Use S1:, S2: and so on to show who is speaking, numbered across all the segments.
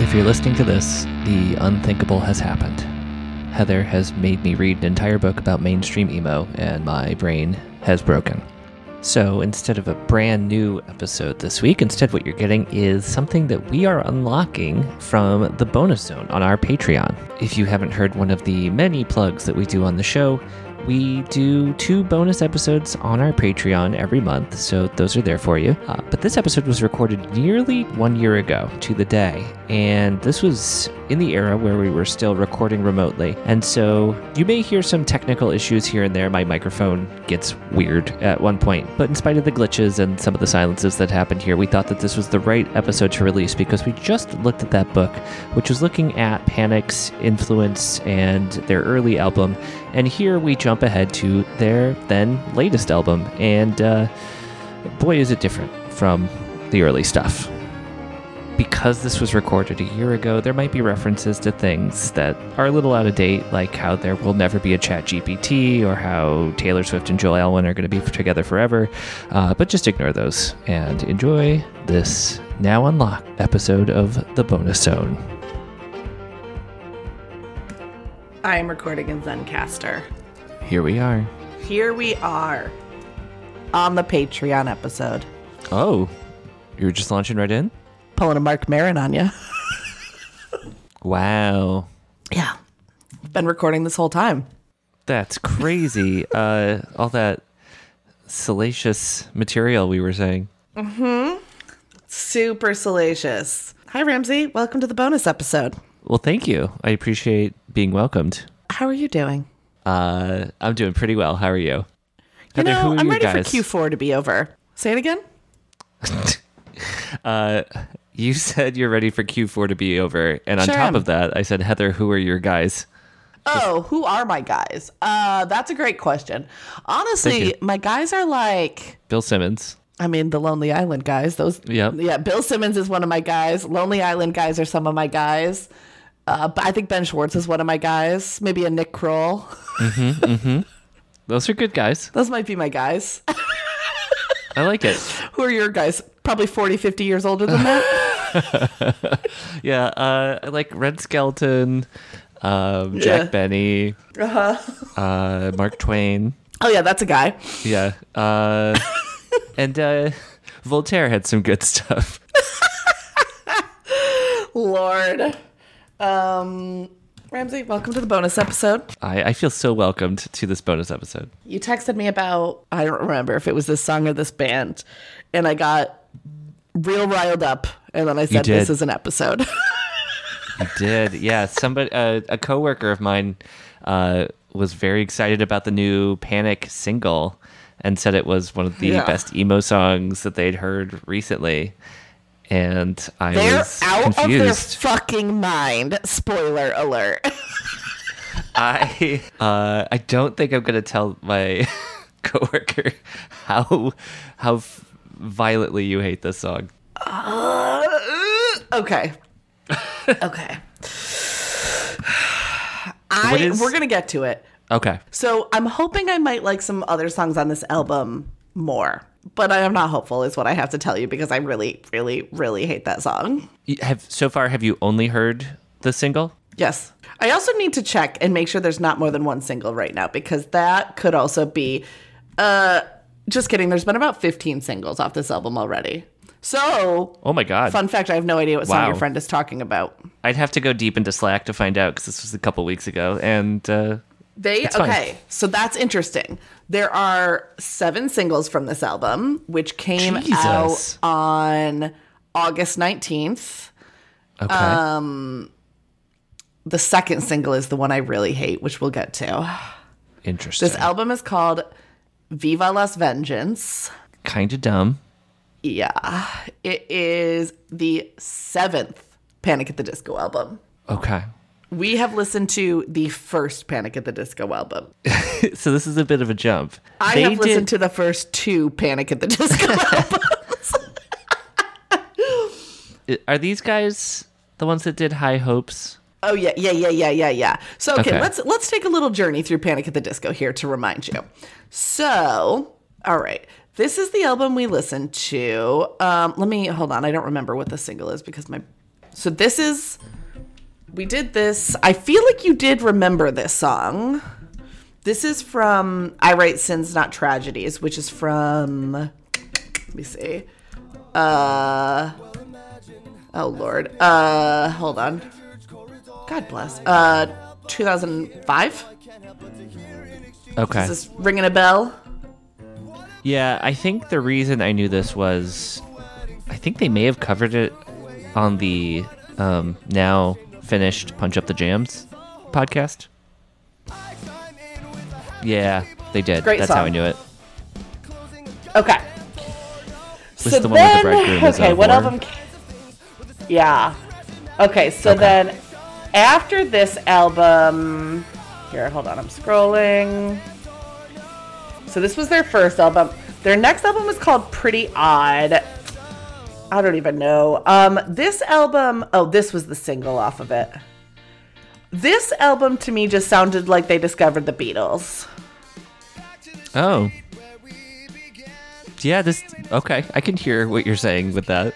S1: If you're listening to this, the unthinkable has happened. Heather has made me read an entire book about mainstream emo, and my brain has broken. So instead of a brand new episode this week, instead what you're getting is something that we are unlocking from the bonus zone on our Patreon. If you haven't heard one of the many plugs that we do on the show, we do two bonus episodes on our Patreon every month, so those are there for you. Uh, but this episode was recorded nearly one year ago to the day, and this was in the era where we were still recording remotely. And so you may hear some technical issues here and there. My microphone gets weird at one point, but in spite of the glitches and some of the silences that happened here, we thought that this was the right episode to release because we just looked at that book, which was looking at Panic's influence and their early album. And here we jump ahead to their then latest album. And uh, boy, is it different from the early stuff. Because this was recorded a year ago, there might be references to things that are a little out of date, like how there will never be a chat GPT or how Taylor Swift and Joel Alwyn are going to be together forever. Uh, but just ignore those and enjoy this now unlocked episode of The Bonus Zone.
S2: I am recording in Zencaster.
S1: Here we are.
S2: Here we are on the Patreon episode.
S1: Oh, you were just launching right in?
S2: Pulling a Mark Marin on you.
S1: Wow.
S2: Yeah. Been recording this whole time.
S1: That's crazy. uh, all that salacious material we were saying.
S2: Super salacious. Hi, Ramsey. Welcome to the bonus episode.
S1: Well, thank you. I appreciate being welcomed.
S2: How are you doing?
S1: Uh, I'm doing pretty well. How are you?
S2: You
S1: Heather,
S2: know,
S1: who are
S2: I'm
S1: you
S2: ready
S1: guys?
S2: for Q4 to be over. Say it again.
S1: Uh, you said you're ready for Q4 to be over, and on
S2: Sure
S1: top
S2: am.
S1: of that, I said, Heather, who are your guys?
S2: Oh, who are my guys? Uh, that's a great question.
S1: Thank
S2: Honestly,
S1: you.
S2: my guys are like
S1: Bill Simmons.
S2: I mean, the Lonely Island guys. Those.
S1: Yep.
S2: Yeah. Bill Simmons is one of my guys. Lonely Island guys are some of my guys. Uh, but I think Ben Schwartz is one of my guys. Maybe a Nick Kroll.
S1: Those are good guys.
S2: Those might be my guys.
S1: I like it.
S2: Who are your guys? Probably 40, 50 years older than that.
S1: Yeah, uh, I like Red Skeleton, um, Jack
S2: Yeah. Uh-huh.
S1: Benny, uh, Mark Twain.
S2: oh, yeah. That's a guy.
S1: Yeah. Uh, and uh, Voltaire had some good stuff.
S2: Lord. Um, Ramsey, welcome to the bonus episode.
S1: I, I feel so welcomed to this bonus episode.
S2: You texted me about, I don't remember if it was this song or this band. And I got real riled up. And then I said,
S1: did.
S2: this is an episode.
S1: You did, yeah. Somebody, uh, a coworker of mine, uh, was very excited about the new Panic single, and said it was one of the
S2: Yeah.
S1: best emo songs that they'd heard recently. And I
S2: They're
S1: was
S2: out of their
S1: confused.
S2: fucking mind. Spoiler alert.
S1: I uh, I don't think I'm gonna tell my coworker how how f- violently you hate this song.
S2: Uh, okay. Okay. I
S1: What is-
S2: we're going to get to it.
S1: Okay,
S2: So, I'm hoping I might like some other songs on this album more. But I am not hopeful is what I have to tell you because I really really really hate that song.
S1: You- have so far have you only heard the single?
S2: Yes. I also need to check and make sure there's not more than one single right now because that could also be uh just kidding, there's been about 15 singles off this album already. So,
S1: Oh my god!
S2: fun fact, I have no idea what song
S1: Wow.
S2: your friend is talking about.
S1: I'd have to go deep into Slack to find out because this was a couple weeks ago. And uh,
S2: They
S1: It's fine.
S2: okay, so that's interesting. There are seven singles from this album, which came
S1: Jesus.
S2: out on August nineteenth.
S1: okay,
S2: Um, The second single is the one I really hate, which we'll get to.
S1: interesting.
S2: This album is called "Viva Las Vengeance."
S1: kind of dumb.
S2: Yeah, it is the seventh Panic at the Disco album.
S1: Okay,
S2: We have listened to the first Panic at the Disco album.
S1: so this is a bit of a jump.
S2: I
S1: They
S2: have listened
S1: did-
S2: to the first two Panic at the Disco
S1: uh,
S2: albums.
S1: Are these guys the ones that did High Hopes?
S2: Oh yeah, yeah, yeah, yeah, yeah, yeah. So okay,
S1: Okay.
S2: let's let's take a little journey through Panic at the Disco here to remind you. So, all right. This is the album we listened to. Um, let me hold on. I don't remember what the single is because my So this is we did this. I feel like you did remember this song. This is from I Write Sins Not Tragedies, which is from let me see. Uh Oh lord. Uh hold on. God bless. Uh 2005.
S1: Okay.
S2: Is this ringing a bell?
S1: Yeah, I think the reason I knew this was I think they may have covered it on the um, now finished Punch Up the Jams podcast. Yeah, they did.
S2: Great
S1: That's how I
S2: song.
S1: knew it.
S2: Okay.
S1: This is the one with the bridegroom is
S2: okay,
S1: on
S2: what
S1: board.
S2: album? ca- Yeah. Okay, so
S1: Okay.
S2: then after this album, here, hold on, I'm scrolling. So this was their first album. Their next album was called Pretty Odd. I don't even know. Um, this album, oh, this was the single off of it. This album to me just sounded like they discovered the Beatles.
S1: Oh. Yeah, this okay, I can hear what you're saying with that.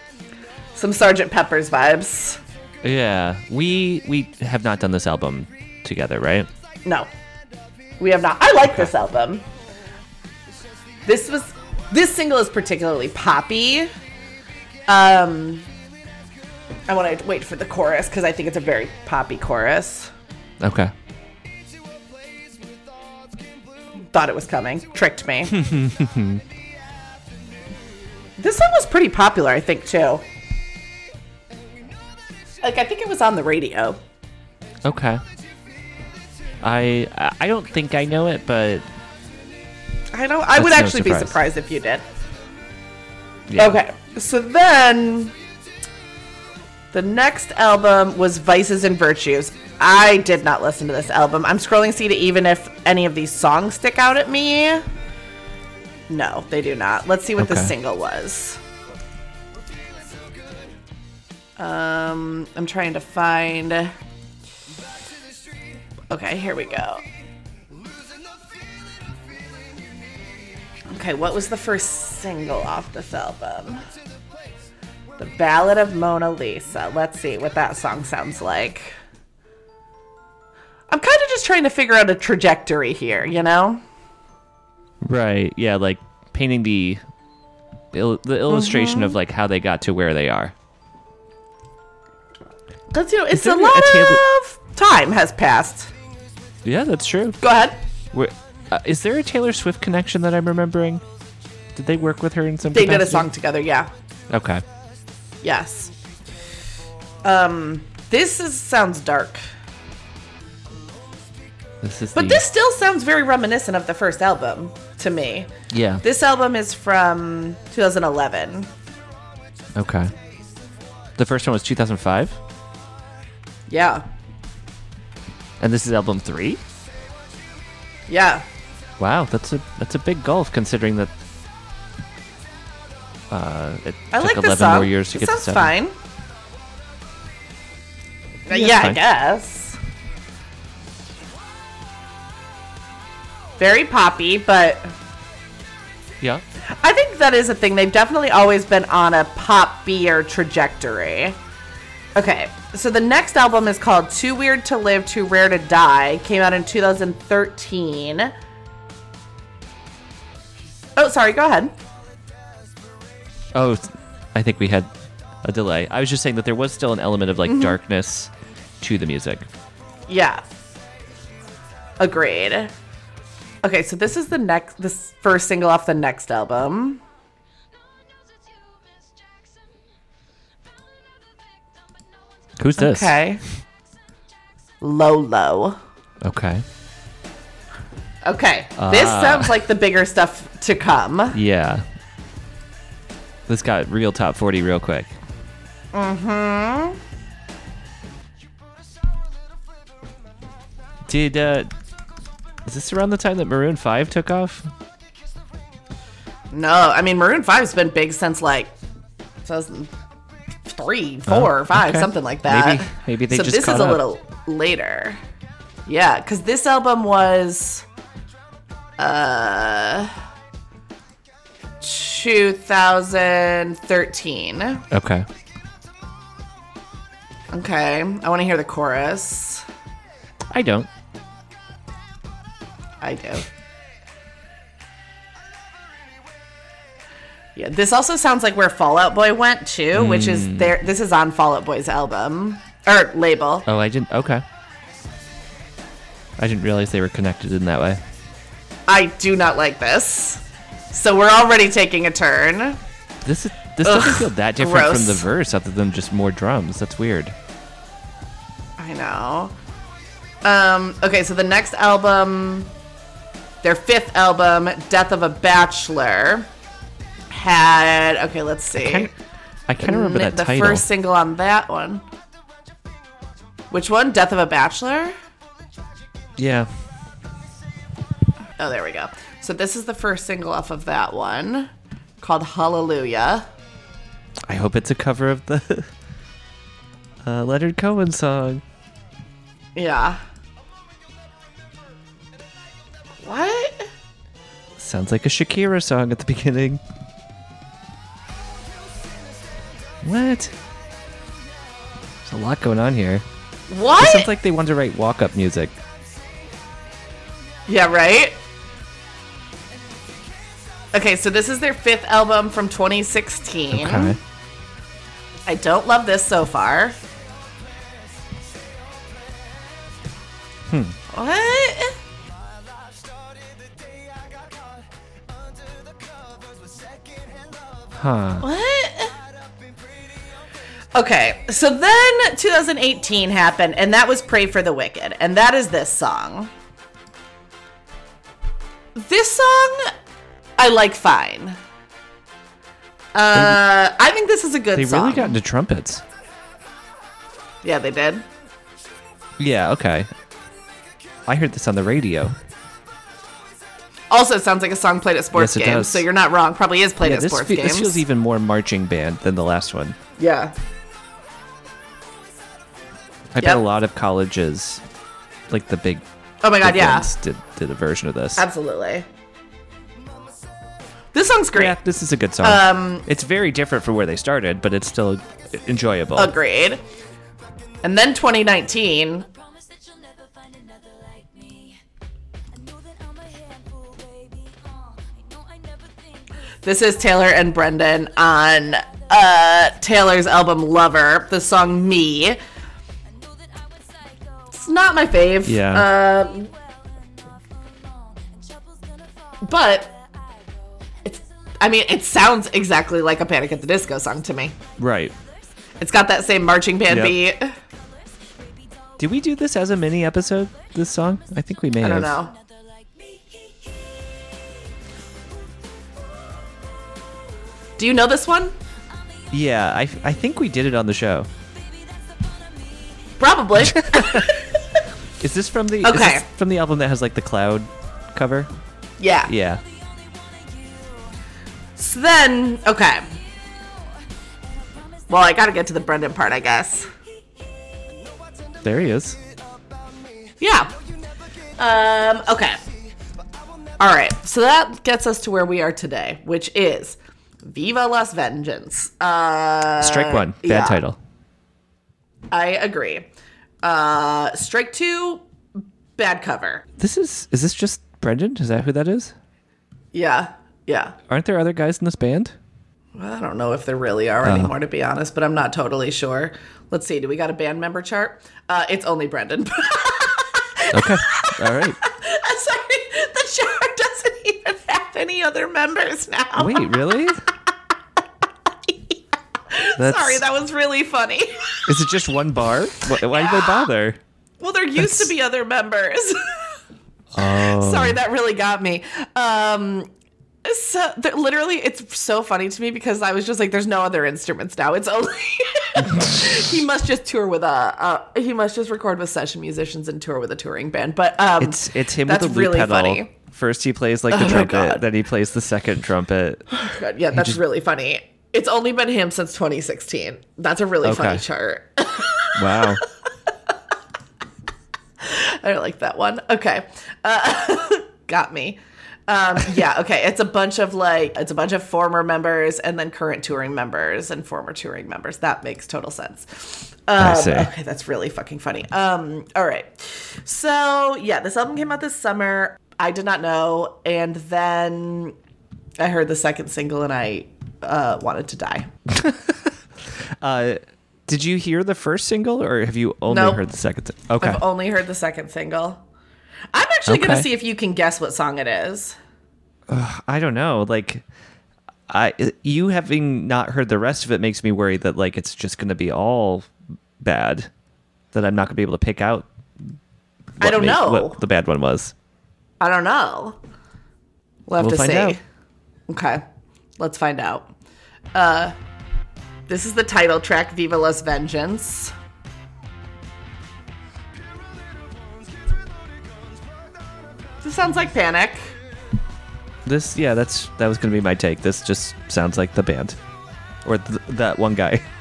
S2: Some Sgt. Pepper's vibes.
S1: Yeah. We we have not done this album together, right?
S2: No, we have not. I like this album. This was this single is particularly poppy. Um, I want to wait for the chorus because I think it's a very poppy chorus.
S1: Okay.
S2: Thought it was coming, tricked me. this song was pretty popular, I think, too. Like I think it was on the radio.
S1: Okay. I I- I don't think I know it, but
S2: I don't. I would
S1: That's no
S2: actually be
S1: surprise.
S2: surprised if you did.
S1: yeah.
S2: Okay. So then the next album was Vices and Virtues. I did not listen to this album. I'm scrolling to see to even if any of these songs stick out at me. No, they do not. Let's see what the
S1: Okay.
S2: single was. Um, I'm trying to find. Okay, here we go. Okay, what was the first single off this album? The Ballad of Mona Lisa. Let's see what that song sounds like. I'm kind of just trying to figure out a trajectory here, you know?
S1: Right. Yeah, like painting the il- the illustration
S2: Mm-hmm.
S1: of like how they got to where they are.
S2: That's, you know, it's a
S1: there a
S2: lot
S1: table-
S2: of time has passed.
S1: Yeah, that's true.
S2: Go ahead.
S1: Where, uh, is there a Taylor Swift connection that I'm remembering? Did they work with her in some
S2: They did a
S1: capacity?
S2: song together, yeah.
S1: Okay.
S2: Yes. Um, this is, sounds dark.
S1: This is
S2: But
S1: the-
S2: this still sounds very reminiscent of the first album to me.
S1: Yeah.
S2: This album is from 2011.
S1: okay. The first one was 2005
S2: Yeah.
S1: and this is album 3?
S2: Yeah.
S1: Wow, that's a that's a big gulf considering that uh, it
S2: I
S1: took
S2: like
S1: 11
S2: this song.
S1: more years to
S2: it
S1: get
S2: sounds
S1: to 7.
S2: fine. Yeah,
S1: it's
S2: yeah I
S1: fine.
S2: guess. Very poppy, but
S1: Yeah.
S2: I think that is a thing. They've definitely always been on a poppier trajectory. Okay, so the next album is called Too Weird to Live, Too Rare to Die. Came out in 2013. Oh, sorry, go ahead.
S1: Oh, it's- I think we had a delay. I was just saying that there was still an element of like
S2: Mm-hmm.
S1: darkness to the music.
S2: Yeah. Agreed. Okay, so this is the next this first single off the next album.
S1: Who's this?
S2: Okay. Lolo.
S1: Okay.
S2: Okay. This
S1: Ah.
S2: sounds like the bigger stuff to come.
S1: Yeah. This got real top 40 real quick. Mm-hmm. Did uh is this around the time that Maroon 5 took off?
S2: No, I mean Maroon 5's been big since like 2003, 4,
S1: Oh,
S2: 5,
S1: okay.
S2: something like that.
S1: Maybe- maybe they
S2: So
S1: just
S2: this
S1: caught
S2: is a
S1: up.
S2: little later. Yeah, cuz this album was uh 2013.
S1: Okay.
S2: Okay. I want to hear the chorus.
S1: I don't.
S2: I do. Yeah, this also sounds like where Fallout Boy went too, which is there. This is on Fallout Boy's album or label.
S1: Oh, I didn't. Okay. I didn't realize they were connected in that way.
S2: I do not like this. So we're already taking a turn.
S1: This is, this
S2: Ugh,
S1: doesn't feel that different
S2: gross.
S1: from the verse, other than just more drums. That's weird.
S2: I know. Um, okay, so the next album, their fifth album, Death of a Bachelor, had. Okay, let's see.
S1: I kinda- I kind of remember
S2: Mi-
S1: that
S2: the
S1: title.
S2: first single on that one. Which one? Death of a Bachelor?
S1: Yeah.
S2: Oh, there we go. So this is the first single off of that one called Hallelujah.
S1: I hope it's a cover of the uh, Leonard Cohen song.
S2: Yeah. What?
S1: Sounds like a Shakira song at the beginning. What? There's a lot going on here. It
S2: What?
S1: sounds like they wanted to write walk up music.
S2: yeah, right? Okay, so this is their fifth album from 2016.
S1: Okay.
S2: I don't love this so far. Hmm. What?
S1: Huh.
S2: What? Okay, so then 2018 happened, and that was Pray for the Wicked, and that is this song. This song, I like fine. Uh, I think this is a good
S1: They
S2: song.
S1: really got into trumpets.
S2: yeah, they did.
S1: Yeah, okay. I heard this on the radio.
S2: Also, it sounds like a song played at sports
S1: Yes, it
S2: games,
S1: does.
S2: so you're not wrong. Probably is played
S1: Yeah,
S2: at
S1: this,
S2: sports
S1: fe-
S2: games.
S1: this feels even more marching band than the last one.
S2: yeah.
S1: I bet a
S2: Yep.
S1: lot of colleges, like the big,
S2: Oh my god,
S1: big
S2: yeah.
S1: ones, did, did a version of this.
S2: Absolutely. This song's great.
S1: Yeah, this is a good song.
S2: Um,
S1: it's very different from where they started, but it's still enjoyable.
S2: Agreed. And then 2019,
S3: Promise that you'll never find another like me. I know that I'm a handful, baby. Uh, I know I never think.
S2: this is Taylor and Brendan on uh, Taylor's album Lover, the song Me.
S3: I know that I went psycho.
S2: It's not my fave.
S1: Yeah.
S2: Um,
S3: Well enough alone, and trouble's gonna fall
S2: but
S3: where I go.
S2: it's, I mean, it sounds exactly like a Panic at the Disco song to me.
S1: Right.
S2: It's got that same marching band
S1: Yep.
S2: beat.
S1: Did we do this as a mini episode? This song? I think we may.
S2: I
S1: have.
S2: don't know.
S3: Another like me.
S2: Do you know this one?
S1: Yeah, I, I think we did it on the show.
S2: Probably.
S1: Is this from the? Is
S2: Okay.
S1: this from the album that has like the cloud cover?
S2: yeah.
S1: Yeah.
S2: So then, okay. Well, I gotta get to the Brendan part, I guess.
S1: There he is.
S2: Yeah. Um, okay. All right. So that gets us to where we are today, which is Viva Las Vengeance. Uh,
S1: Strike one. Bad
S2: yeah.
S1: title.
S2: I agree. Uh, strike two, bad cover.
S1: This is. Is this just Brendan? Is that who that is?
S2: Yeah. Yeah.
S1: Aren't there other guys in this band?
S2: Well, I don't know if there really are anymore, to be honest, but I'm not totally sure. Let's see. Do we got a band member chart? Uh, it's only Brendan.
S1: Okay. All right.
S2: I'm sorry. The chart doesn't even have any other members now.
S1: Wait, really? That's,
S2: Sorry, that was really funny.
S1: is it just one bar? Why, why did they bother?
S2: Well, there used to
S1: That's-
S2: be other members.
S1: Oh.
S2: Sorry, that really got me. Um, so th- literally, it's so funny to me because I was just like, "There's no other instruments now. It's only he must just tour with a uh, he must just record with session musicians and tour with a touring band." But um,
S1: It's it's him
S2: that's
S1: with the loop
S2: really
S1: pedal.
S2: funny.
S1: First he plays like the
S2: Oh my God.
S1: trumpet, then he plays the second trumpet.
S2: God, yeah, that's really funny. It's only been him since 2016. That's a really funny
S1: Okay.
S2: chart.
S1: Wow.
S2: I don't like that one. Okay. Uh, got me. Um, yeah, okay. It's a bunch of like it's a bunch of former members and then current touring members and former touring members. That makes total sense. Um,
S1: I see.
S2: Okay, that's really fucking funny. Um, all right. So yeah, this album came out this summer. I did not know, and then I heard the second single and I uh, wanted to die.
S1: Uh, did you hear the first single, or have you only
S2: Nope.
S1: heard the second? si- okay.
S2: I've only heard the second single. I'm actually gonna
S1: Okay.
S2: see if you can guess what song it is.
S1: I don't know. Like, I you having not heard the rest of it makes me worry that like it's just going to be all bad, that I'm not going to be able to pick out.
S2: I
S1: what
S2: don't
S1: made-
S2: know.
S1: what the bad one was.
S2: I don't know. We'll have
S1: We'll
S2: to
S1: find
S2: see.
S1: out.
S2: Okay, let's find out. Uh, this is the title track, "Viva Las Vengeance." This sounds like Panic.
S1: This, yeah, that's that was going to be my take. This just sounds like the band, or th- that one guy.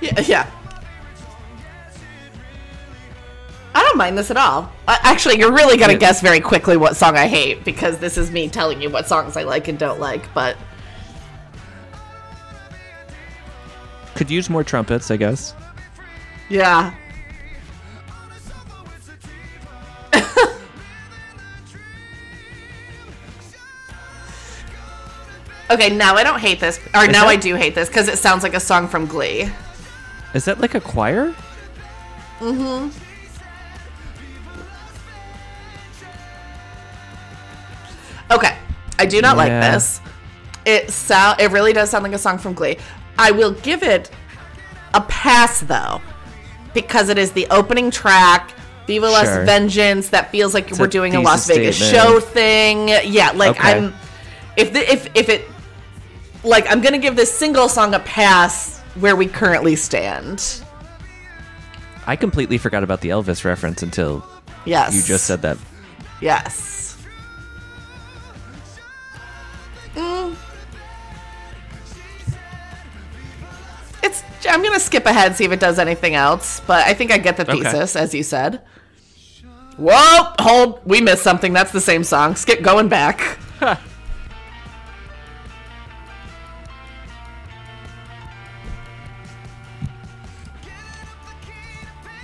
S2: Yeah, yeah. I don't mind this at all. Uh, actually, you're really gonna
S1: Yeah.
S2: guess very quickly what song I hate because this is me telling you what songs I like and don't like. But
S1: Could use more trumpets, I guess.
S2: yeah, Okay, now I don't hate this, or
S1: Is
S2: now
S1: that-
S2: I do hate this because it sounds like a song from Glee.
S1: Is that like a choir?
S2: Okay, I do not
S1: Yeah.
S2: like this. It sound it really does sound like a song from Glee. I will give it a pass though, because it is the opening track. Viva
S1: Sure.
S2: Las Vengeance. That feels like
S1: a
S2: we're doing a Las
S1: decent
S2: Vegas
S1: statement.
S2: show thing. Yeah, like
S1: Okay.
S2: I'm. If the, if if it, like I'm gonna give this single song a pass where we currently stand.
S1: I completely forgot about the Elvis reference until
S2: Yes.
S1: you just said that.
S2: Yes. Mm. It's. I'm gonna skip ahead see if it does anything else, but I think I get the
S1: Okay.
S2: thesis as you said. Whoa! Hold. We missed something. That's the same song. Skip going back.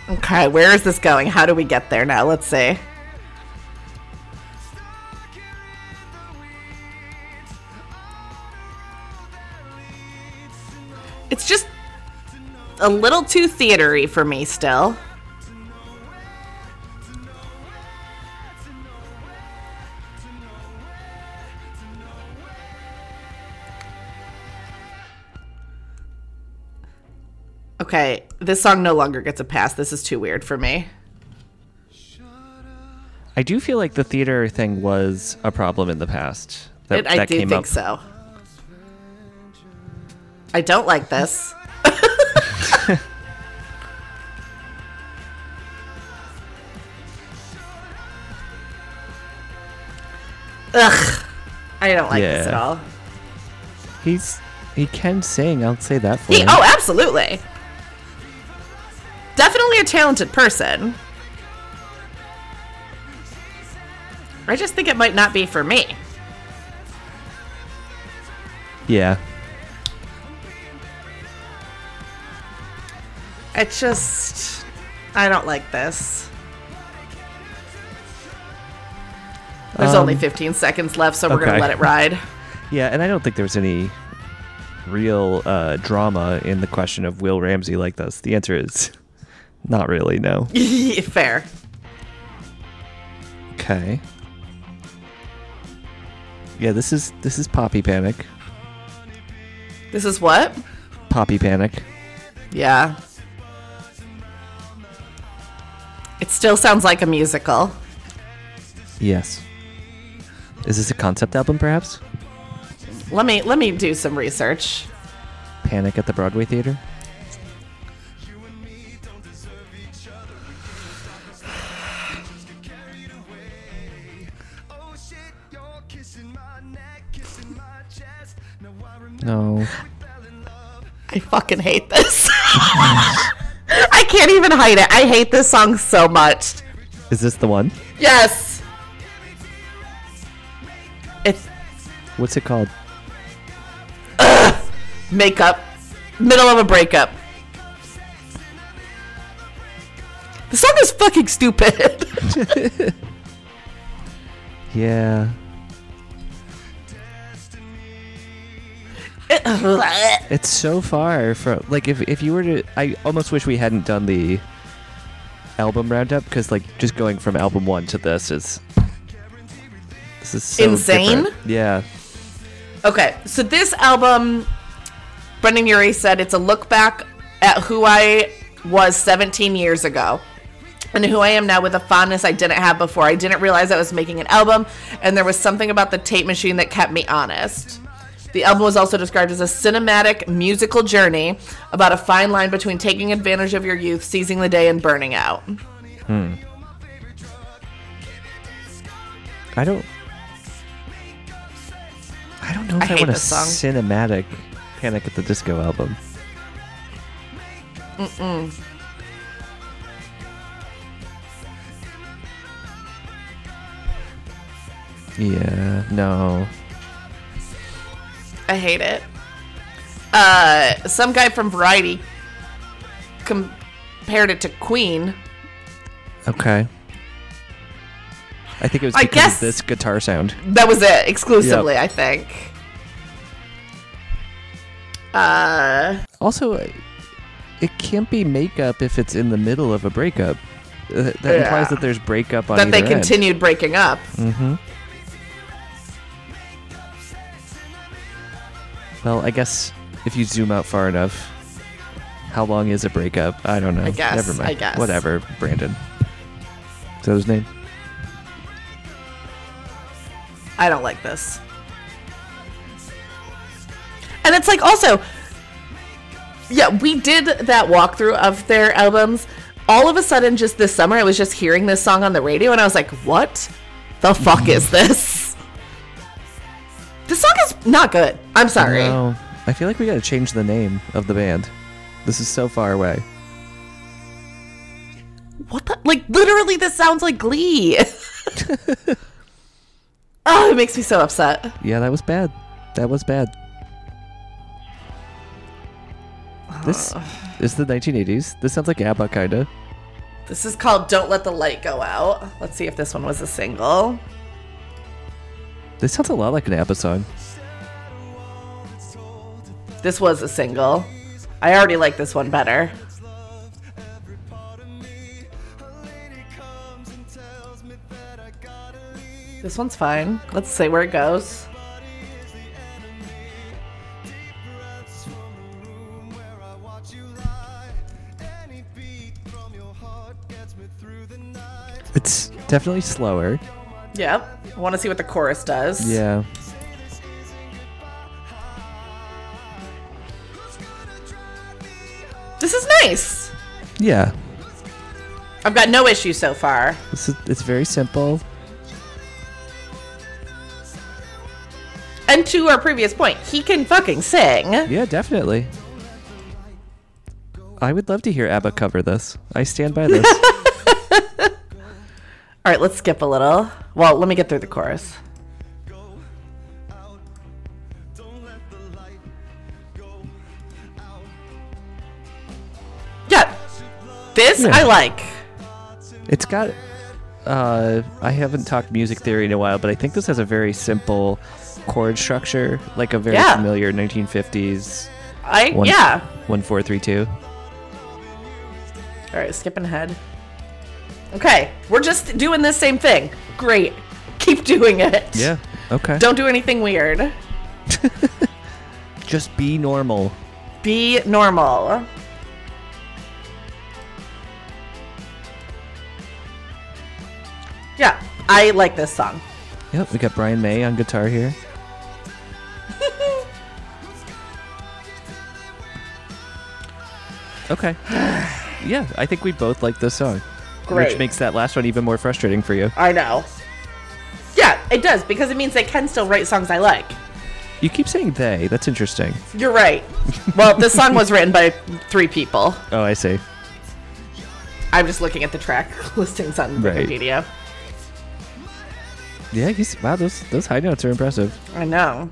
S2: Okay, where is this going? How do we get there now? Let's see. It's just a little too theatery for me still. Okay, this song no longer gets a pass. This is too weird for me.
S1: I do feel like the theater thing was a problem in the past. That,
S2: It- I
S1: that
S2: do
S1: came
S2: think
S1: up.
S2: so. I don't like this. Ugh, I don't like this
S1: Yeah.
S2: at all.
S1: He's he can sing. I'll say that for
S2: He,
S1: him.
S2: oh, absolutely. Definitely a talented person. I just think it might not be for me.
S1: Yeah,
S2: It just. I don't like this. There's only
S1: Um,
S2: 15 seconds left, so we're going
S1: okay.
S2: to let it ride.
S1: yeah, and I don't think there was any real uh, drama in the question of Will Ramsey like this. The answer is not really. No.
S2: Fair.
S1: Okay. Yeah, this is this is Poppy Panic.
S2: This is what?
S1: Poppy Panic.
S2: Yeah. It still sounds like a musical.
S1: Yes. Is this a concept album, perhaps?
S2: Let me let me do some research.
S1: Panic at the Broadway Theater. No.
S2: I fucking hate this. I can't even hide it. I hate this song so much.
S1: Is this the one?
S2: Yes. It's
S1: What's it called?
S2: makeup, middle of a breakup. The song is fucking stupid.
S1: Yeah. It's so far from like if if you were to I almost wish we hadn't done the album roundup because like just going from album one to this is this is so
S2: Insane?
S1: different. Yeah.
S2: okay, so this album, Brendan Urie said it's a look back at who I was 17 years ago and who I am now with a fondness I didn't have before. I didn't realize I was making an album, and there was something about the tape machine that kept me honest. The album was also described as a cinematic musical journey about a fine line between taking advantage of your youth, seizing the day, and burning out.
S1: I don't I don't know if
S2: I
S1: I,
S2: hate
S1: want a
S2: this song.
S1: cinematic Panic at the Disco album. Mm-mm. Yeah, no.
S2: I hate it. Uh, some guy from Variety compared it to Queen.
S1: Okay. I think it was
S2: I
S1: because of
S2: guess-
S1: this guitar sound.
S2: That was it exclusively, I think. Uh,
S1: Also, it can't be makeup if it's in the middle of a breakup. Uh, That
S2: Yeah.
S1: implies that there's breakup on
S2: that they
S1: either end.
S2: continued breaking up.
S1: Well, I guess if you zoom out far enough, how long is a breakup? I don't know.
S2: I guess,
S1: Never mind.
S2: I guess.
S1: Whatever, Brandon. Is that his name?
S2: I don't like this. And it's like also, yeah, we did that walkthrough of their albums. All of a sudden, just this summer, I was just hearing this song on the radio, and I was like, "What the fuck is this?" This song is not good. I'm sorry.
S1: No. I feel like we gotta change the name of the band. This is so far away.
S2: What the? Like, literally, this sounds like Glee. oh, it makes me so upset.
S1: Yeah, that was bad. That was bad. This is the 1980s. This sounds like ABBA, kinda.
S2: This is called Don't Let the Light Go Out. Let's see if this one was a single.
S1: This sounds a lot like an ABBA song.
S2: This was a single. I already like this one better. This one's fine. Let's see where it goes.
S1: It's definitely slower.
S2: Yep. I want to see what the chorus does.
S1: Yeah.
S2: This is nice.
S1: Yeah.
S2: I've got no issues so far.
S1: This is, it's very simple.
S2: And to our previous point, he can fucking sing.
S1: Yeah, definitely. I would love to hear ABBA cover this. I stand by this.
S2: All right, let's skip a little. Well, let me get through the chorus. Yeah, this
S1: Yeah.
S2: I like.
S1: it's got. Uh, I haven't talked music theory in a while, but I think this has a very simple chord structure, like a very
S2: Yeah.
S1: familiar 1950s.
S2: I
S1: One,
S2: yeah.
S1: One four three two.
S2: All right, skipping ahead. Okay, we're just doing this same thing. Great, keep doing it.
S1: Yeah. Okay.
S2: Don't do anything weird.
S1: Just be normal.
S2: Be normal. Yeah, I like this song.
S1: Yep. We got Brian May on guitar here. Okay. Yeah, I think we both like this song.
S2: Great.
S1: Which makes that last one even more frustrating for you.
S2: I know. Yeah, it does because it means they can still write songs I like.
S1: You keep saying they. That's interesting.
S2: You're right. Well, this song was written by three people.
S1: Oh, I see.
S2: I'm just looking at the track listings on
S1: Right.
S2: Wikipedia.
S1: Yeah, you see, wow, those those high notes are impressive.
S2: I know.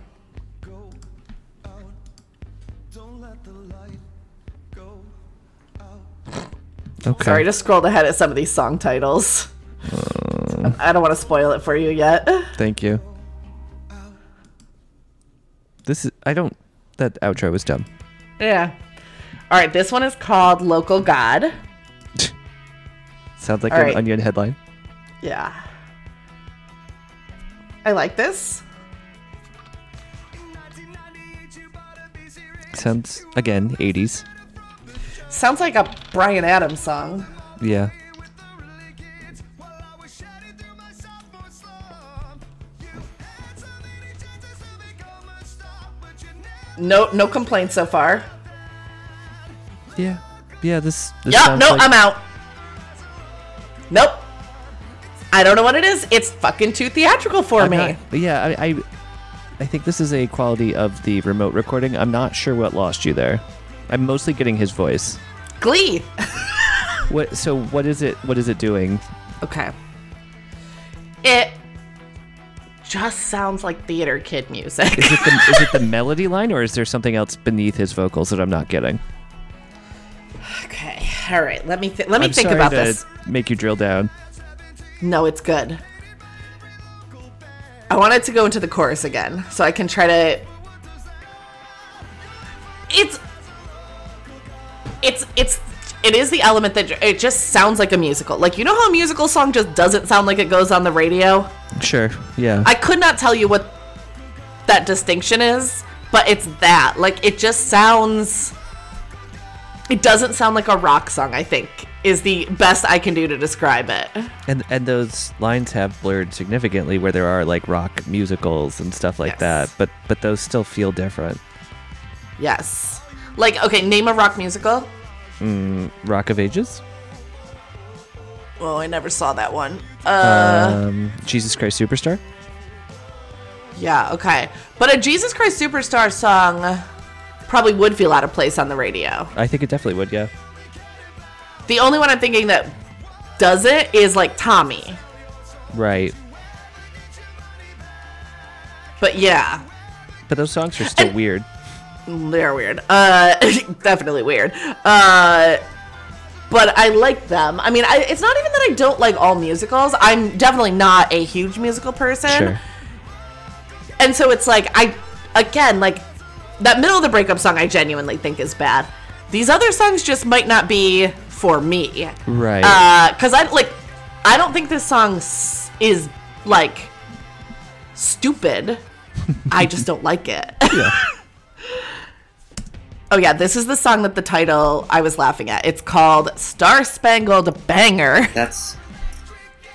S1: Okay.
S2: Sorry, just scrolled ahead at some of these song titles.
S1: Uh.
S2: I don't want to spoil it for you yet.
S1: Thank you. This is I don't that outro was dumb.
S2: Yeah. All right, this one is called Local God.
S1: Sounds like
S2: All
S1: an
S2: right.
S1: onion headline.
S2: Yeah. I like this.
S1: Sounds again 80s.
S2: Sounds like a Brian Adams song.
S1: Yeah.
S2: No no complaints so far.
S1: Yeah. Yeah, this, this
S2: Yeah,
S1: sounds
S2: no,
S1: like-
S2: I'm out. Nope. I don't know what it is. It's fucking too theatrical for
S1: I'm
S2: me.
S1: not- but yeah, I, I I think this is a quality of the remote recording. I'm not sure what lost you there. I'm mostly getting his voice.
S2: Glee.
S1: What so what is it what is it doing?
S2: Okay. It just sounds like theater kid music.
S1: Is it the is it the melody line or is there something else beneath his vocals that I'm not getting?
S2: okay. All right. Let me th- let me
S1: I'm
S2: think
S1: sorry
S2: about
S1: to
S2: this.
S1: Make you drill down.
S2: No, it's good. I wanted to go into the chorus again so I can try to. It's. It's. It's. It is the element that ju- it just sounds like a musical. Like, you know how a musical song just doesn't sound like it goes on the radio?
S1: Sure. Yeah.
S2: I could not tell you what that distinction is, but it's that. Like it just sounds it doesn't sound like a rock song, I think, is the best I can do to describe it.
S1: and and those lines have blurred significantly where there are like rock musicals and stuff like
S2: Yes.
S1: that, but but those still feel different.
S2: Yes. Like, okay, name a rock musical.
S1: Rock of Ages?
S2: Oh, I never saw that one. Uh,
S1: um Jesus Christ Superstar?
S2: yeah, okay. But a Jesus Christ Superstar song probably would feel out of place on the radio.
S1: I think it definitely would, yeah.
S2: The only one I'm thinking that doesn't is like Tommy.
S1: Right.
S2: But yeah,
S1: But those songs are still
S2: And-
S1: weird.
S2: They're weird. Uh, definitely weird. Uh, but I like them. I mean, I, it's not even that I don't like all musicals. I'm definitely not a huge musical person.
S1: Sure.
S2: And so it's like I, again, like that middle of the breakup song. I genuinely think is bad. These other songs just might not be for me.
S1: Right.
S2: Because I like, I don't think this song s- is like stupid. I just don't like it.
S1: yeah.
S2: Oh yeah, this is the song that the title I was laughing at. It's called Star Spangled Banger.
S4: That's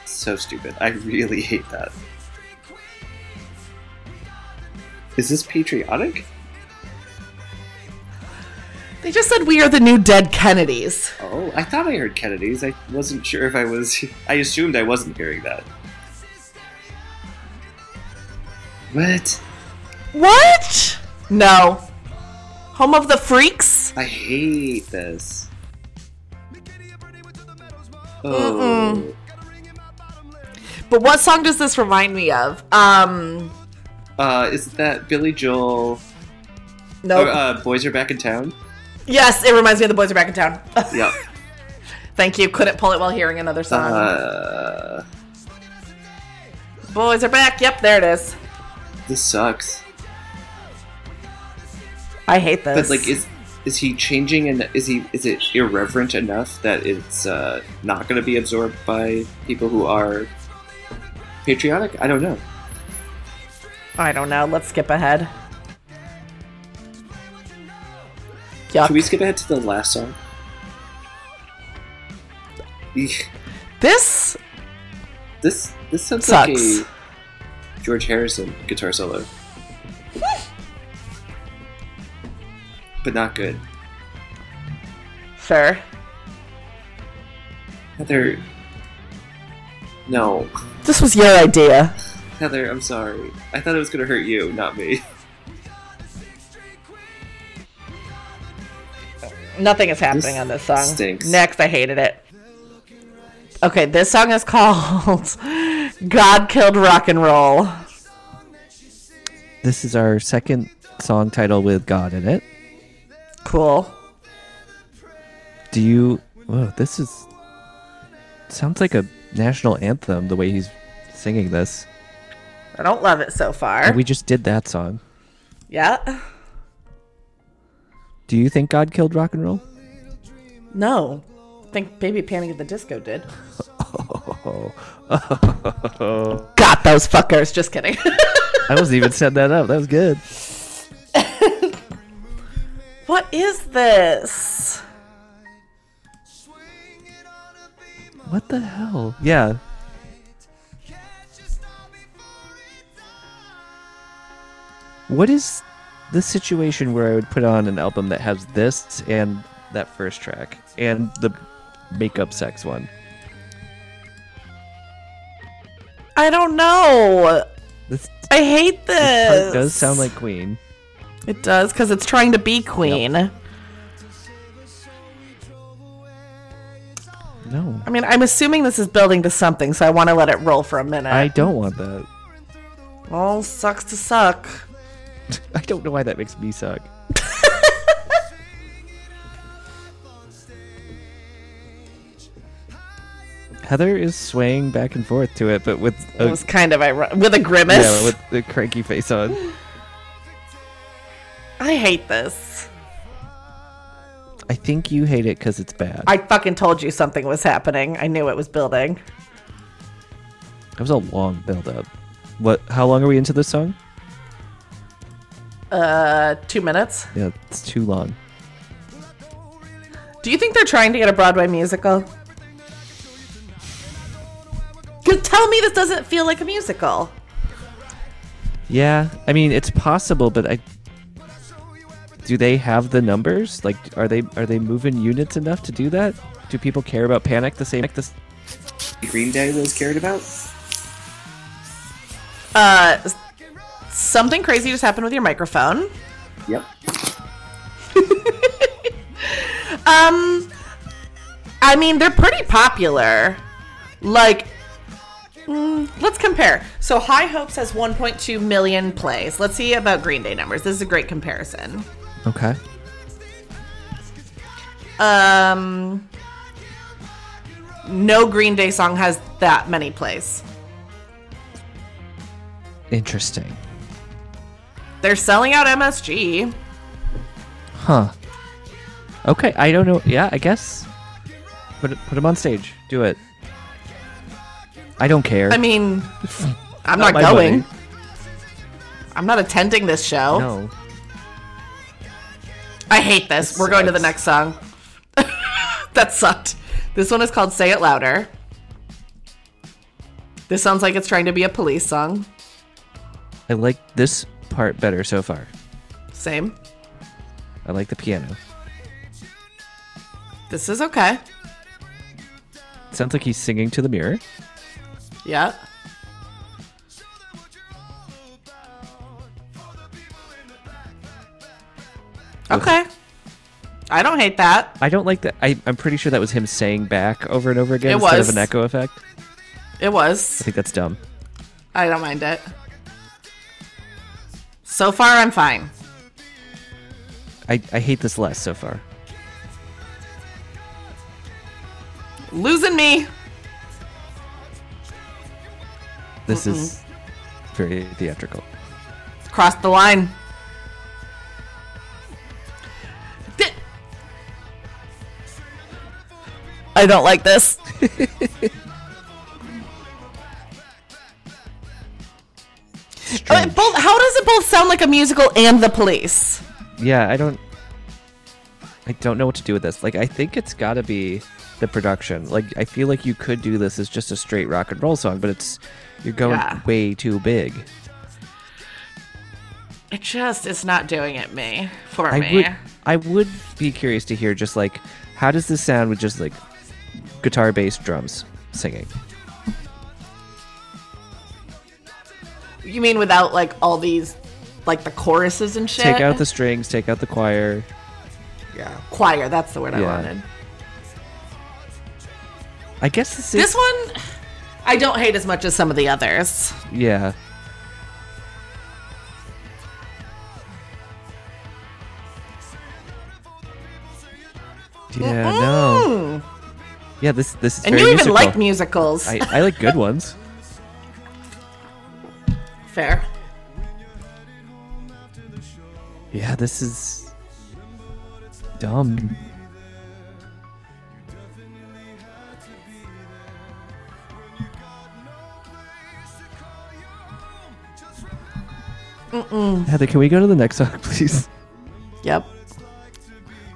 S4: so stupid. I really hate that. Is this patriotic?
S2: They just said we are the new dead Kennedys.
S4: Oh, I thought I heard Kennedy's. I wasn't sure if I was. I assumed I wasn't hearing that. What?
S2: What? No. Home of the freaks?
S4: I hate this. Oh.
S2: But what song does this remind me of? Um
S4: Uh, is that Billy Joel?
S2: no.
S4: Oh, uh, Boys are back in town.
S2: yes, it reminds me of the boys are back in town.
S4: Yeah.
S2: Thank you. Couldn't pull it while hearing another song.
S4: Uh,
S2: boys are back. Yep, there it is.
S4: this sucks.
S2: I hate this.
S4: But like, is is he changing and is he is it irreverent enough that it's uh, not going to be absorbed by people who are patriotic? I don't know.
S2: I don't know. Let's skip ahead. Yuck.
S4: Can we skip ahead to the last song? Eek.
S2: this
S4: This this sounds like
S2: Sucks.
S4: a George Harrison guitar solo, but not good.
S2: Sure.
S4: Heather, no,
S2: This was your idea.
S4: Heather, I'm sorry. I thought it was gonna hurt you, not me.
S2: Nothing is happening
S4: This
S2: on this song.
S4: stinks.
S2: Next, I hated it. Okay, this song is called God killed rock and roll.
S1: This is our second song title with God in it.
S2: Cool.
S1: Do you? Whoa, this is sounds like a national anthem the way he's singing this.
S2: I don't love it so far.
S1: And we just did that song.
S2: yeah.
S1: Do you think God killed rock and roll?
S2: No. I think Baby Panic at the Disco did.
S1: Oh,
S2: Got those fuckers. Just kidding.
S1: I wasn't even setting that up. That was good.
S2: what is this?
S1: What the hell? Yeah. What is the situation where I would put on an album that has this and that first track and the makeup sex one?
S2: I don't know.
S1: This
S2: I hate this.
S1: part does sound like Queen.
S2: It does, because it's trying to be Queen.
S1: No.
S2: I mean, I'm assuming this is building to something, so I want to let it roll for a minute.
S1: I don't want that.
S2: All sucks to suck.
S1: I don't know why that makes me suck. Heather is swaying back and forth to it, but with
S2: It
S1: a,
S2: was kind of ironic. With a grimace.
S1: Oh. yeah, with the cranky face on.
S2: I hate this.
S1: I think you hate it because it's bad.
S2: I fucking told you something was happening. I knew it was building.
S1: It was a long build up. What? How long are we into this song?
S2: Uh, two minutes.
S1: Yeah, it's too long.
S2: Do you think they're trying to get a Broadway musical? 'Cause tell me this doesn't feel like a musical.
S1: Yeah, I mean it's possible, but I do they have the numbers? Like, are they are they moving units enough to do that? Do people care about Panic the same? Like this?
S4: Green Day was cared about.
S2: Uh, s- something crazy just happened with your microphone.
S4: Yep.
S2: Um, I mean, they're pretty popular. Like, mm, let's compare. So, High Hopes has 1.2 million plays. Let's see about Green Day numbers. This is a great comparison.
S1: Okay.
S2: Um, no Green Day song has that many plays.
S1: Interesting.
S2: They're selling out MSG.
S1: Huh. Okay, I don't know. Yeah, I guess. Put it- put him on stage. Do it. I don't care.
S2: I mean, I'm
S1: Not
S2: not,
S1: my
S2: going.
S1: money.
S2: I'm not attending this show.
S1: no.
S2: I hate this.
S1: This
S2: We're going to the
S1: sucks.
S2: next song. that sucked. This one is called Say It Louder. This sounds like it's trying to be a police song.
S1: I like this part better so far.
S2: Same.
S1: I like the piano.
S2: This is okay.
S1: Sounds like he's singing to the mirror.
S2: Yeah. Okay. I don't hate that.
S1: I don't like that. I, I'm pretty sure that was him saying back over and over again
S2: It
S1: instead
S2: was.
S1: of an echo effect.
S2: It
S1: I
S2: was.
S1: think that's dumb.
S2: I don't mind it. So far, I'm fine.
S1: I, I hate this less so far.
S2: Losing me.
S1: This is very theatrical.
S2: Crossed the line. Th- I don't like this. Uh,
S1: Strange.
S2: both, how does it both sound like a musical and the police?
S1: yeah, I don't. I don't know what to do with this. Like, I think it's got to be the production. Like, I feel like you could do this as just a straight rock and roll song, but it's you're going
S2: Yeah.
S1: way too big.
S2: It just is not doing it me for
S1: I
S2: me.
S1: would I would be curious to hear just like how does this sound with just like guitar, bass, drums, singing.
S2: You mean without like all these, like the choruses and shit?
S1: Take out the strings, take out the choir.
S2: yeah. choir. That's the word I
S1: Yeah.
S2: wanted.
S1: I guess this is
S2: This one, I don't hate as much as some of the others.
S1: Yeah. Yeah, no.
S2: Mm.
S1: Yeah, this this is
S2: And
S1: very
S2: you even
S1: musical.
S2: like musicals.
S1: I, I like good ones.
S2: Fair.
S1: Yeah, this is dumb. Heather, can we go to the next song, please?
S2: Yep.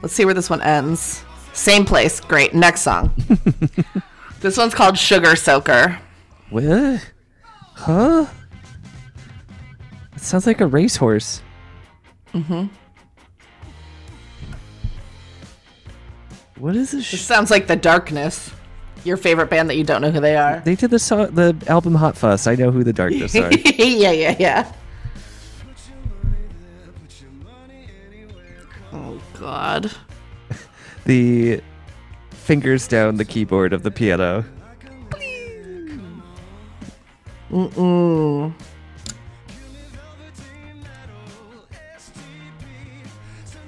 S2: Let's see where this one ends. Same place. Great. Next song. this one's called Sugar Soaker.
S1: What? Huh? It sounds like a racehorse. Mm-hmm. What is this?
S2: This
S1: Sh-
S2: sounds like The Darkness, your favorite band that you don't know who they are.
S1: they did the song, the album Hot Fuss. I know who the darkness are.
S2: yeah, yeah, yeah. Oh, God.
S1: the fingers down the keyboard of the piano.
S2: Mm.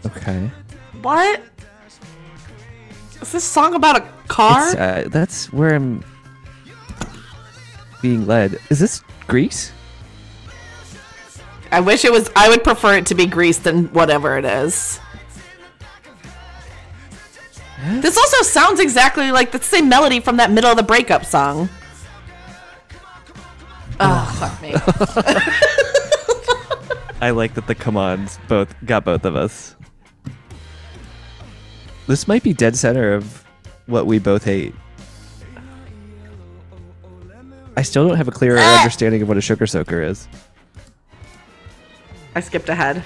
S1: Okay.
S2: What? Is this song about a car?
S1: It's, uh, that's where I'm being led. Is this Greece?
S2: I wish it was. I would prefer it to be Grease than whatever it is. This also sounds exactly like the same melody from that middle of the breakup song. Oh, fuck me.
S1: I like that the commands both got both of us. This might be dead center of what we both hate. I still don't have a clearer understanding of what a sugar soaker is.
S2: I skipped ahead.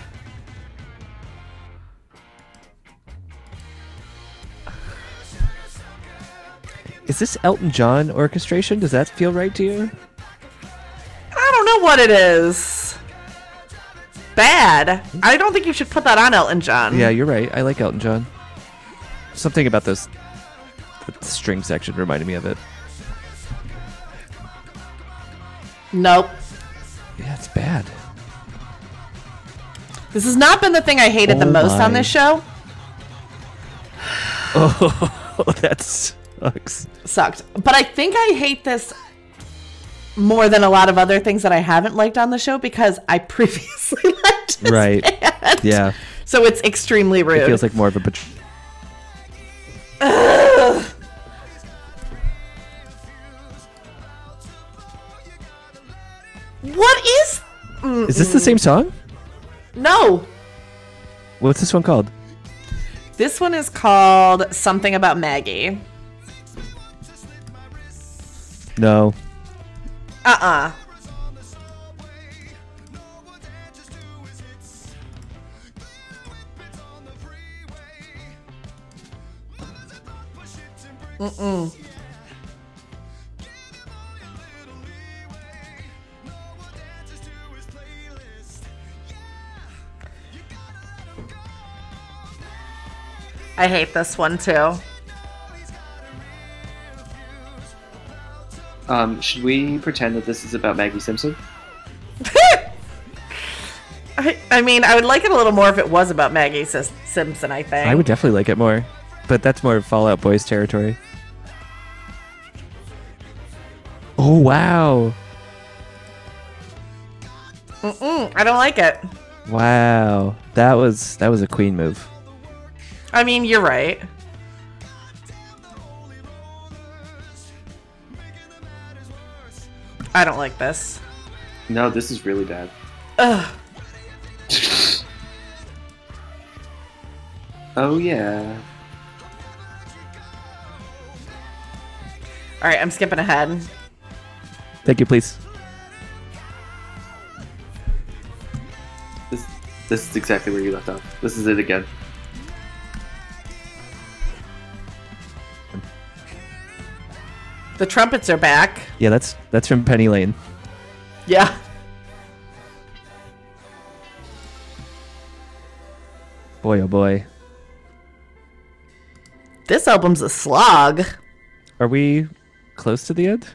S1: Is this Elton John orchestration? Does that feel right to you?
S2: I don't know what it is. Bad. I don't think you should put that on Elton John.
S1: Yeah, you're right. I like Elton John. Something about this the string section reminded me of it.
S2: Nope.
S1: Yeah, it's bad.
S2: This has not been the thing I hated the
S1: Oh
S2: most on
S1: my.
S2: this show.
S1: Oh, that sucks.
S2: Sucked. But I think I hate this more than a lot of other things that I haven't liked on the show because I previously liked this
S1: Right.
S2: band.
S1: Yeah,
S2: So it's extremely rude.
S1: it feels like more of a betr-
S2: what is?
S1: Is this the same song?
S2: No.
S1: What's this one called?
S2: This one is called something about Maggie.
S1: No.
S2: Uh-uh. Mm-mm. I hate this one too.
S4: Um, should we pretend that this is about Maggie Simpson?
S2: I, I mean, I would like it a little more if it was about Maggie Sis- Simpson, I think.
S1: I would definitely like it more, but that's more Fallout Boys territory. Oh wow,
S2: Mm, I don't like it.
S1: wow, that was that was a Queen move.
S2: I mean, you're right. I don't like this.
S4: No, this is really bad.
S2: Ugh.
S4: Oh yeah.
S2: All right, I'm skipping ahead.
S1: Thank you, please.
S4: This this is exactly where you left off. This is it again.
S2: The trumpets are back.
S1: Yeah, that's that's from Penny Lane.
S2: Yeah.
S1: Boy, oh boy.
S2: This album's a slog.
S1: Are we close to the end?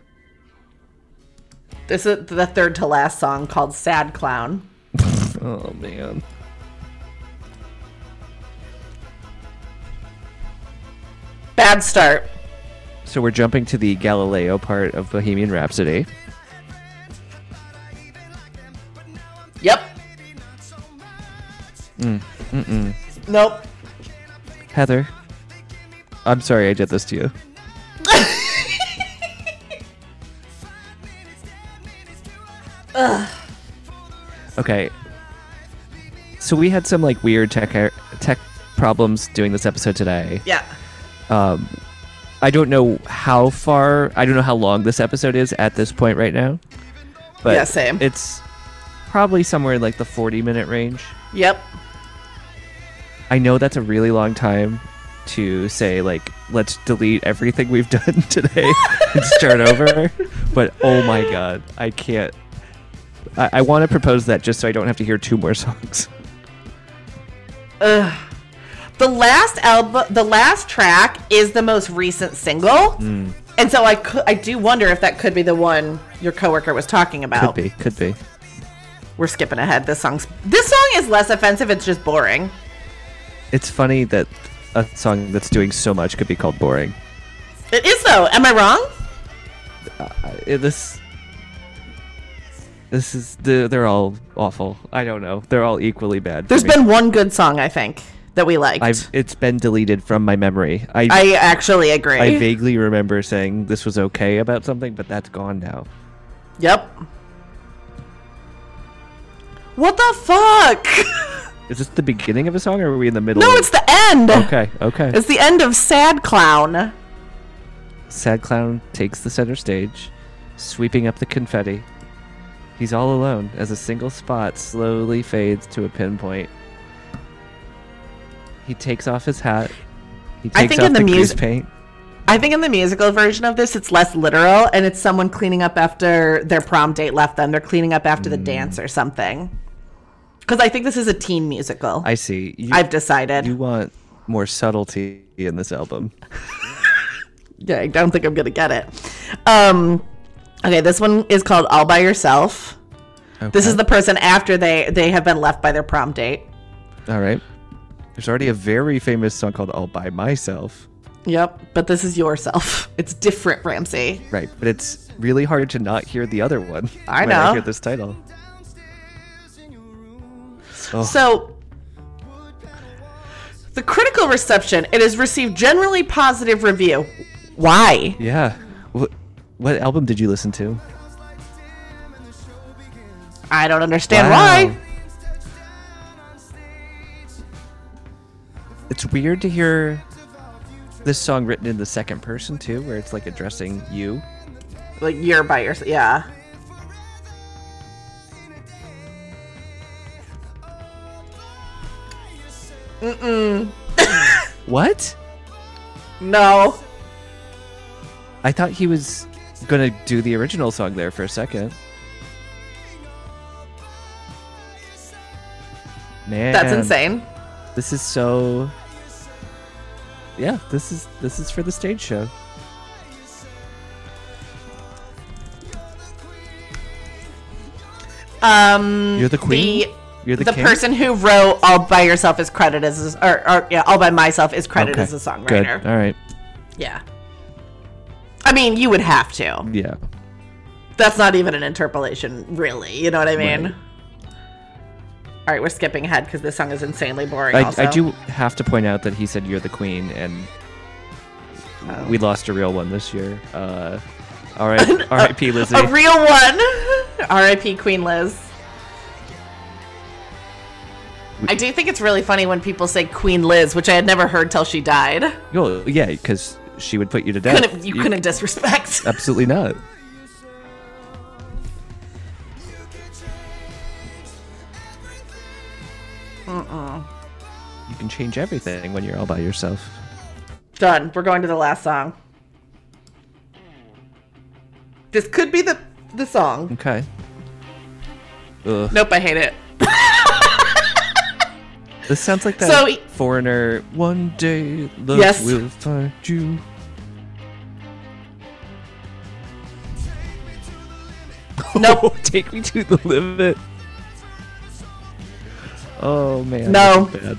S2: This is the third to last song called Sad Clown.
S1: Oh man.
S2: Bad start.
S1: So we're jumping to the Galileo part of Bohemian Rhapsody.
S2: Yep.
S1: Mm,
S2: Nope.
S1: Heather, I'm sorry I did this to you. Okay. So we had some like weird tech tech problems doing this episode today.
S2: Yeah.
S1: I don't know how far, I don't know how long this episode is at this point right now. But
S2: Yeah, same.
S1: it's probably somewhere in like the 40 minute range.
S2: Yep.
S1: I know that's a really long time to say like let's delete everything we've done today and start over, but oh my god, I can't. I, I want to propose that just so I don't have to hear two more songs.
S2: The last album, the last track is the most recent single,
S1: Hmm.
S2: and so I cou- I do wonder if that could be the one your coworker was talking
S1: Could
S2: about.
S1: be, could be.
S2: We're skipping ahead. This song's this song is less offensive. It's just boring.
S1: It's funny that a song that's doing so much could be called boring.
S2: It is though. Am I wrong?
S1: I- Eh, this, this is the, they're all awful. I don't know. They're all equally bad. for
S2: There's
S1: me.
S2: been one good song I think that we liked.
S1: I've it's been deleted from my memory. I
S2: I actually agree.
S1: I vaguely remember saying this was okay about something, but that's gone now.
S2: yep. What the fuck?
S1: Is this the beginning of a song, or are we in the middle?
S2: no,
S1: of-
S2: it's the end.
S1: okay. Okay.
S2: It's the end of Sad Clown.
S1: Sad clown takes the center stage, sweeping up the confetti. He's all alone as a single spot slowly fades to a pinpoint. He takes off his hat. He
S2: I
S1: takes
S2: think
S1: off
S2: in the
S1: grease
S2: music-
S1: paint.
S2: I think in the musical version of this, it's less literal, and it's someone cleaning up after their prom date left them. They're cleaning up after the dance or something. Because I think this is a teen musical. I,
S1: I see. You,
S2: have decided.
S1: you want more subtlety in this album.
S2: yeah, I don't think I'm gonna get it. Um, okay, this one is called "All by Yourself." This is the person after they they have been left by their prom date.
S1: all right. There's already a very famous song called "All by Myself."
S2: Yep, but this is yourself. It's different, Ramsey.
S1: Right, but it's really hard to not hear the other one.
S2: I
S1: when I
S2: know.
S1: hear this title.
S2: So the critical reception it has received generally positive review. Why?
S1: Yeah. What, what album did you listen to?
S2: I don't understand
S1: Wow.
S2: why.
S1: It's weird to hear this song written in the second person too, where it's like addressing you.
S2: Like you're by yourself. Yeah.
S1: What?
S2: No.
S1: I thought he was gonna do the original song there for a second. Man,
S2: That's insane.
S1: This is so. Yeah, this is this is for the stage show.
S2: Um
S1: You're the queen.
S2: The,
S1: You're the,
S2: the
S1: king?
S2: person who wrote "All by Yourself" is credited as, or, or yeah, "All by Myself" is credited
S1: Okay,
S2: as a
S1: Good.
S2: songwriter.
S1: All right.
S2: Yeah, I mean, you would have to.
S1: Yeah.
S2: That's not even an interpolation, really. You know what I mean?
S1: Right.
S2: All right, we're skipping ahead because this song is insanely boring.
S1: I,
S2: also.
S1: I do have to point out that he said you're the queen, and
S2: Oh.
S1: we lost a real one this year. Uh, all right, R.I.P. Lizzie.
S2: A real one. R.I.P. Queen Liz. I do think it's really funny when people say Queen Liz, which I had never heard till she died.
S1: Yo, yeah, because she would put you to death.
S2: Couldn't, you, couldn't disrespect.
S1: Absolutely not. You can change everything when you're all by yourself.
S2: Done. We're going to the last song. This could be the the song.
S1: Okay. Ugh.
S2: Nope, I hate it.
S1: This sounds like that
S2: So-
S1: foreigner. One day love
S2: Yes.
S1: will find you.
S2: Nope.
S1: Take me to the limit. Oh man.
S2: No.
S1: this is bad.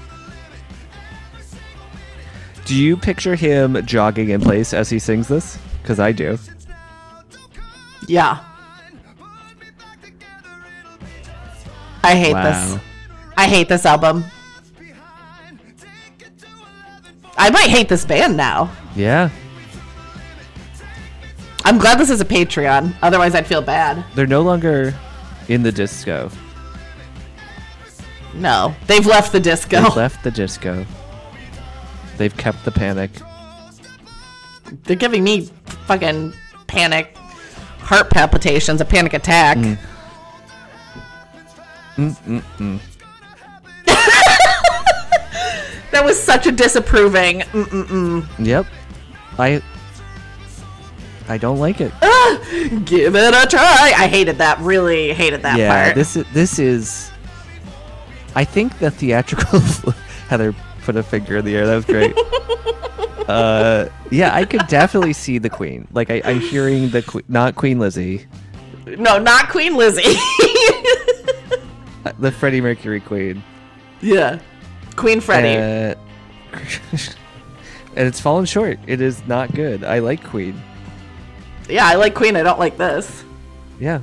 S1: Do you picture him jogging in place as he sings this? Because I do.
S2: Yeah. I hate
S1: wow.
S2: this. I hate this album. I might hate this band now.
S1: Yeah.
S2: I'm glad this is a Patreon. Otherwise, I'd feel bad.
S1: They're no longer in the disco.
S2: No, they've left the disco.
S1: They've left the disco. They've kept the panic.
S2: They're giving me fucking panic, heart palpitations, a panic attack.
S1: Mm.
S2: that was such a disapproving. Mm-mm.
S1: Yep. I I don't like it.
S2: Give it a try. I hated that. Really hated that
S1: yeah,
S2: part.
S1: this is this is. I think the theatrical Heather put a finger in the air. That was great. uh, yeah, I could definitely see the Queen. Like I, I'm hearing the que- not Queen Lizzie,
S2: no, not Queen Lizzie.
S1: uh, the Freddie Mercury Queen.
S2: yeah, Queen Freddie.
S1: Uh, and it's fallen short. It is not good. I like Queen.
S2: yeah, I like Queen. I don't like this.
S1: Yeah.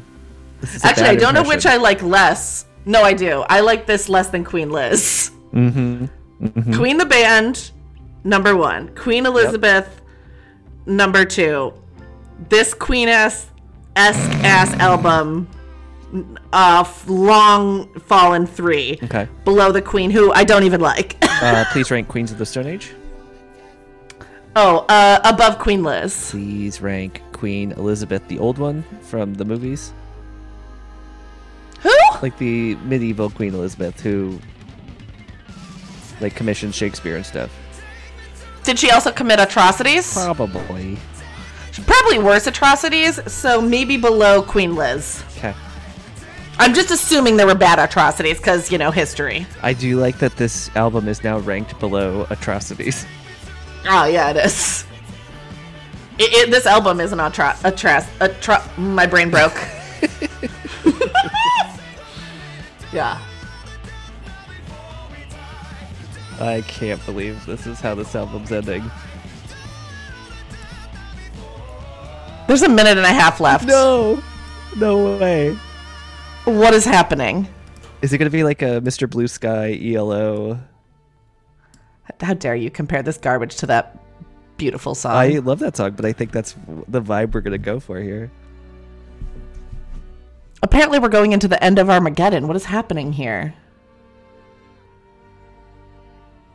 S1: This is a
S2: Actually,
S1: bad
S2: I don't know which
S1: impression.
S2: I like less. No, I do. I like this less than Queen Liz. Mm-hmm. Queen the band, number one. Queen Elizabeth, number two. This Queen esque ass album, uh, f- long fallen three.
S1: Okay.
S2: Below the Queen, who I don't even like.
S1: Uh, please rank Queens of the Stone Age.
S2: oh, uh, above Queen Liz.
S1: Please rank Queen Elizabeth, the old one from the movies.
S2: Who?
S1: like the medieval Queen Elizabeth who like commissioned Shakespeare and stuff.
S2: Did she also commit atrocities?
S1: Probably.
S2: Probably worse atrocities, so maybe below Queen Liz.
S1: Okay.
S2: I'm just assuming there were bad atrocities because, you know, history.
S1: I do like that this album is now ranked below atrocities.
S2: Oh, yeah, it is. It, it, this album is an atro- atro- atro- My brain broke. yeah.
S1: I can't believe this is how this album's ending.
S2: There's a minute and a half left.
S1: No. No way.
S2: What is happening?
S1: Is it going to be like a Mr. Blue Sky E ELO?
S2: How dare you compare this garbage to that beautiful song?
S1: I love that song, but I think that's the vibe we're going to go for here.
S2: Apparently, we're going into the end of Armageddon. What is happening here?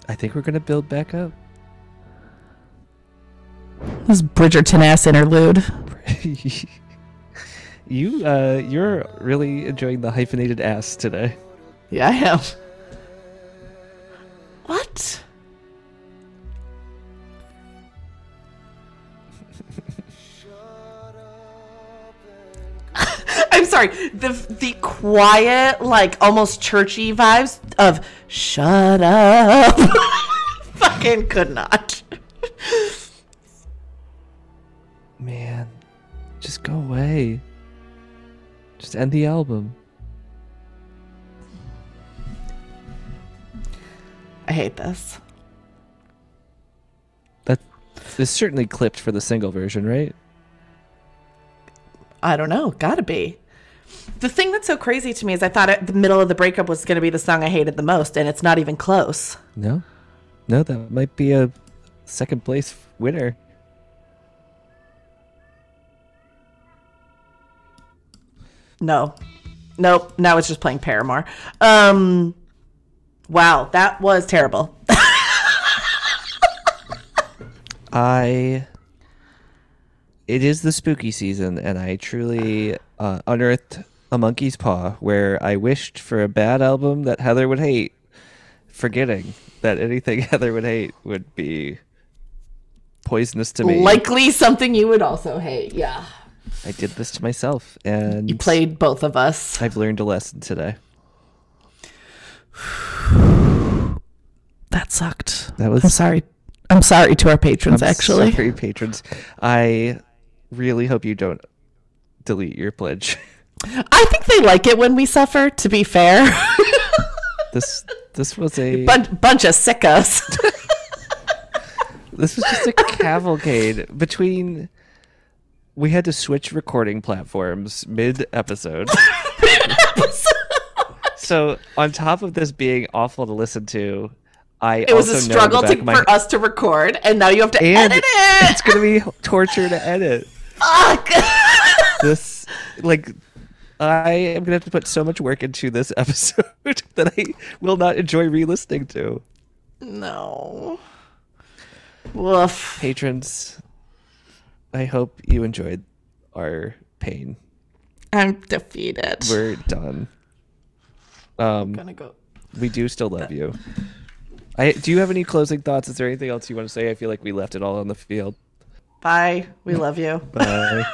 S1: I think we're going to build back up.
S2: This is Bridgerton ass interlude.
S1: you uh you're really enjoying the hyphenated ass today.
S2: Yeah, I am. What? I'm sorry. The the quiet, like almost churchy vibes of "Shut up." Fucking could not.
S1: Man, just go away. Just end the album.
S2: I hate this.
S1: That is certainly clipped for the single version, right?
S2: I don't know. Gotta be. The thing that's so crazy to me is I thought at the middle of the breakup was gonna be the song I hated the most, and it's not even close.
S1: No, no, that might be a second place winner.
S2: No. Nope. Now it's just playing Paramore. Um Wow, that was terrible.
S1: I. It is the spooky season, and I truly uh, unearthed a monkey's paw where I wished for a bad album that Heather would hate, forgetting that anything Heather would hate would be poisonous to me.
S2: Likely something you would also hate. Yeah.
S1: I did this to myself, and
S2: You played both of us.
S1: I've learned a lesson today.
S2: That sucked.
S1: That was
S2: I'm sorry. I'm sorry to our patrons
S1: I'm
S2: actually.
S1: sorry, patrons. I really hope you don't delete your pledge.
S2: I think they like it when we suffer, to be fair.
S1: This this was a
S2: Bun- bunch of sickos.
S1: this was just a cavalcade between. We had to switch recording platforms mid episode. so on top of this being awful to listen to, I
S2: it was
S1: also
S2: a
S1: know in the
S2: struggle
S1: back
S2: to,
S1: of my-
S2: for us to record, and now you have to
S1: and
S2: edit it.
S1: it's gonna be torture to edit.
S2: Fuck.
S1: this like I am gonna have to put so much work into this episode that I will not enjoy re-listening to.
S2: No. Woof.
S1: Patrons, I hope you enjoyed our pain.
S2: I'm defeated. We're
S1: We're done. Um,
S2: gonna go.
S1: we do still love you. I do you have any closing thoughts? Is there anything else you want to say? I feel like we left it all on the field.
S2: Bye. We love you.
S1: Bye.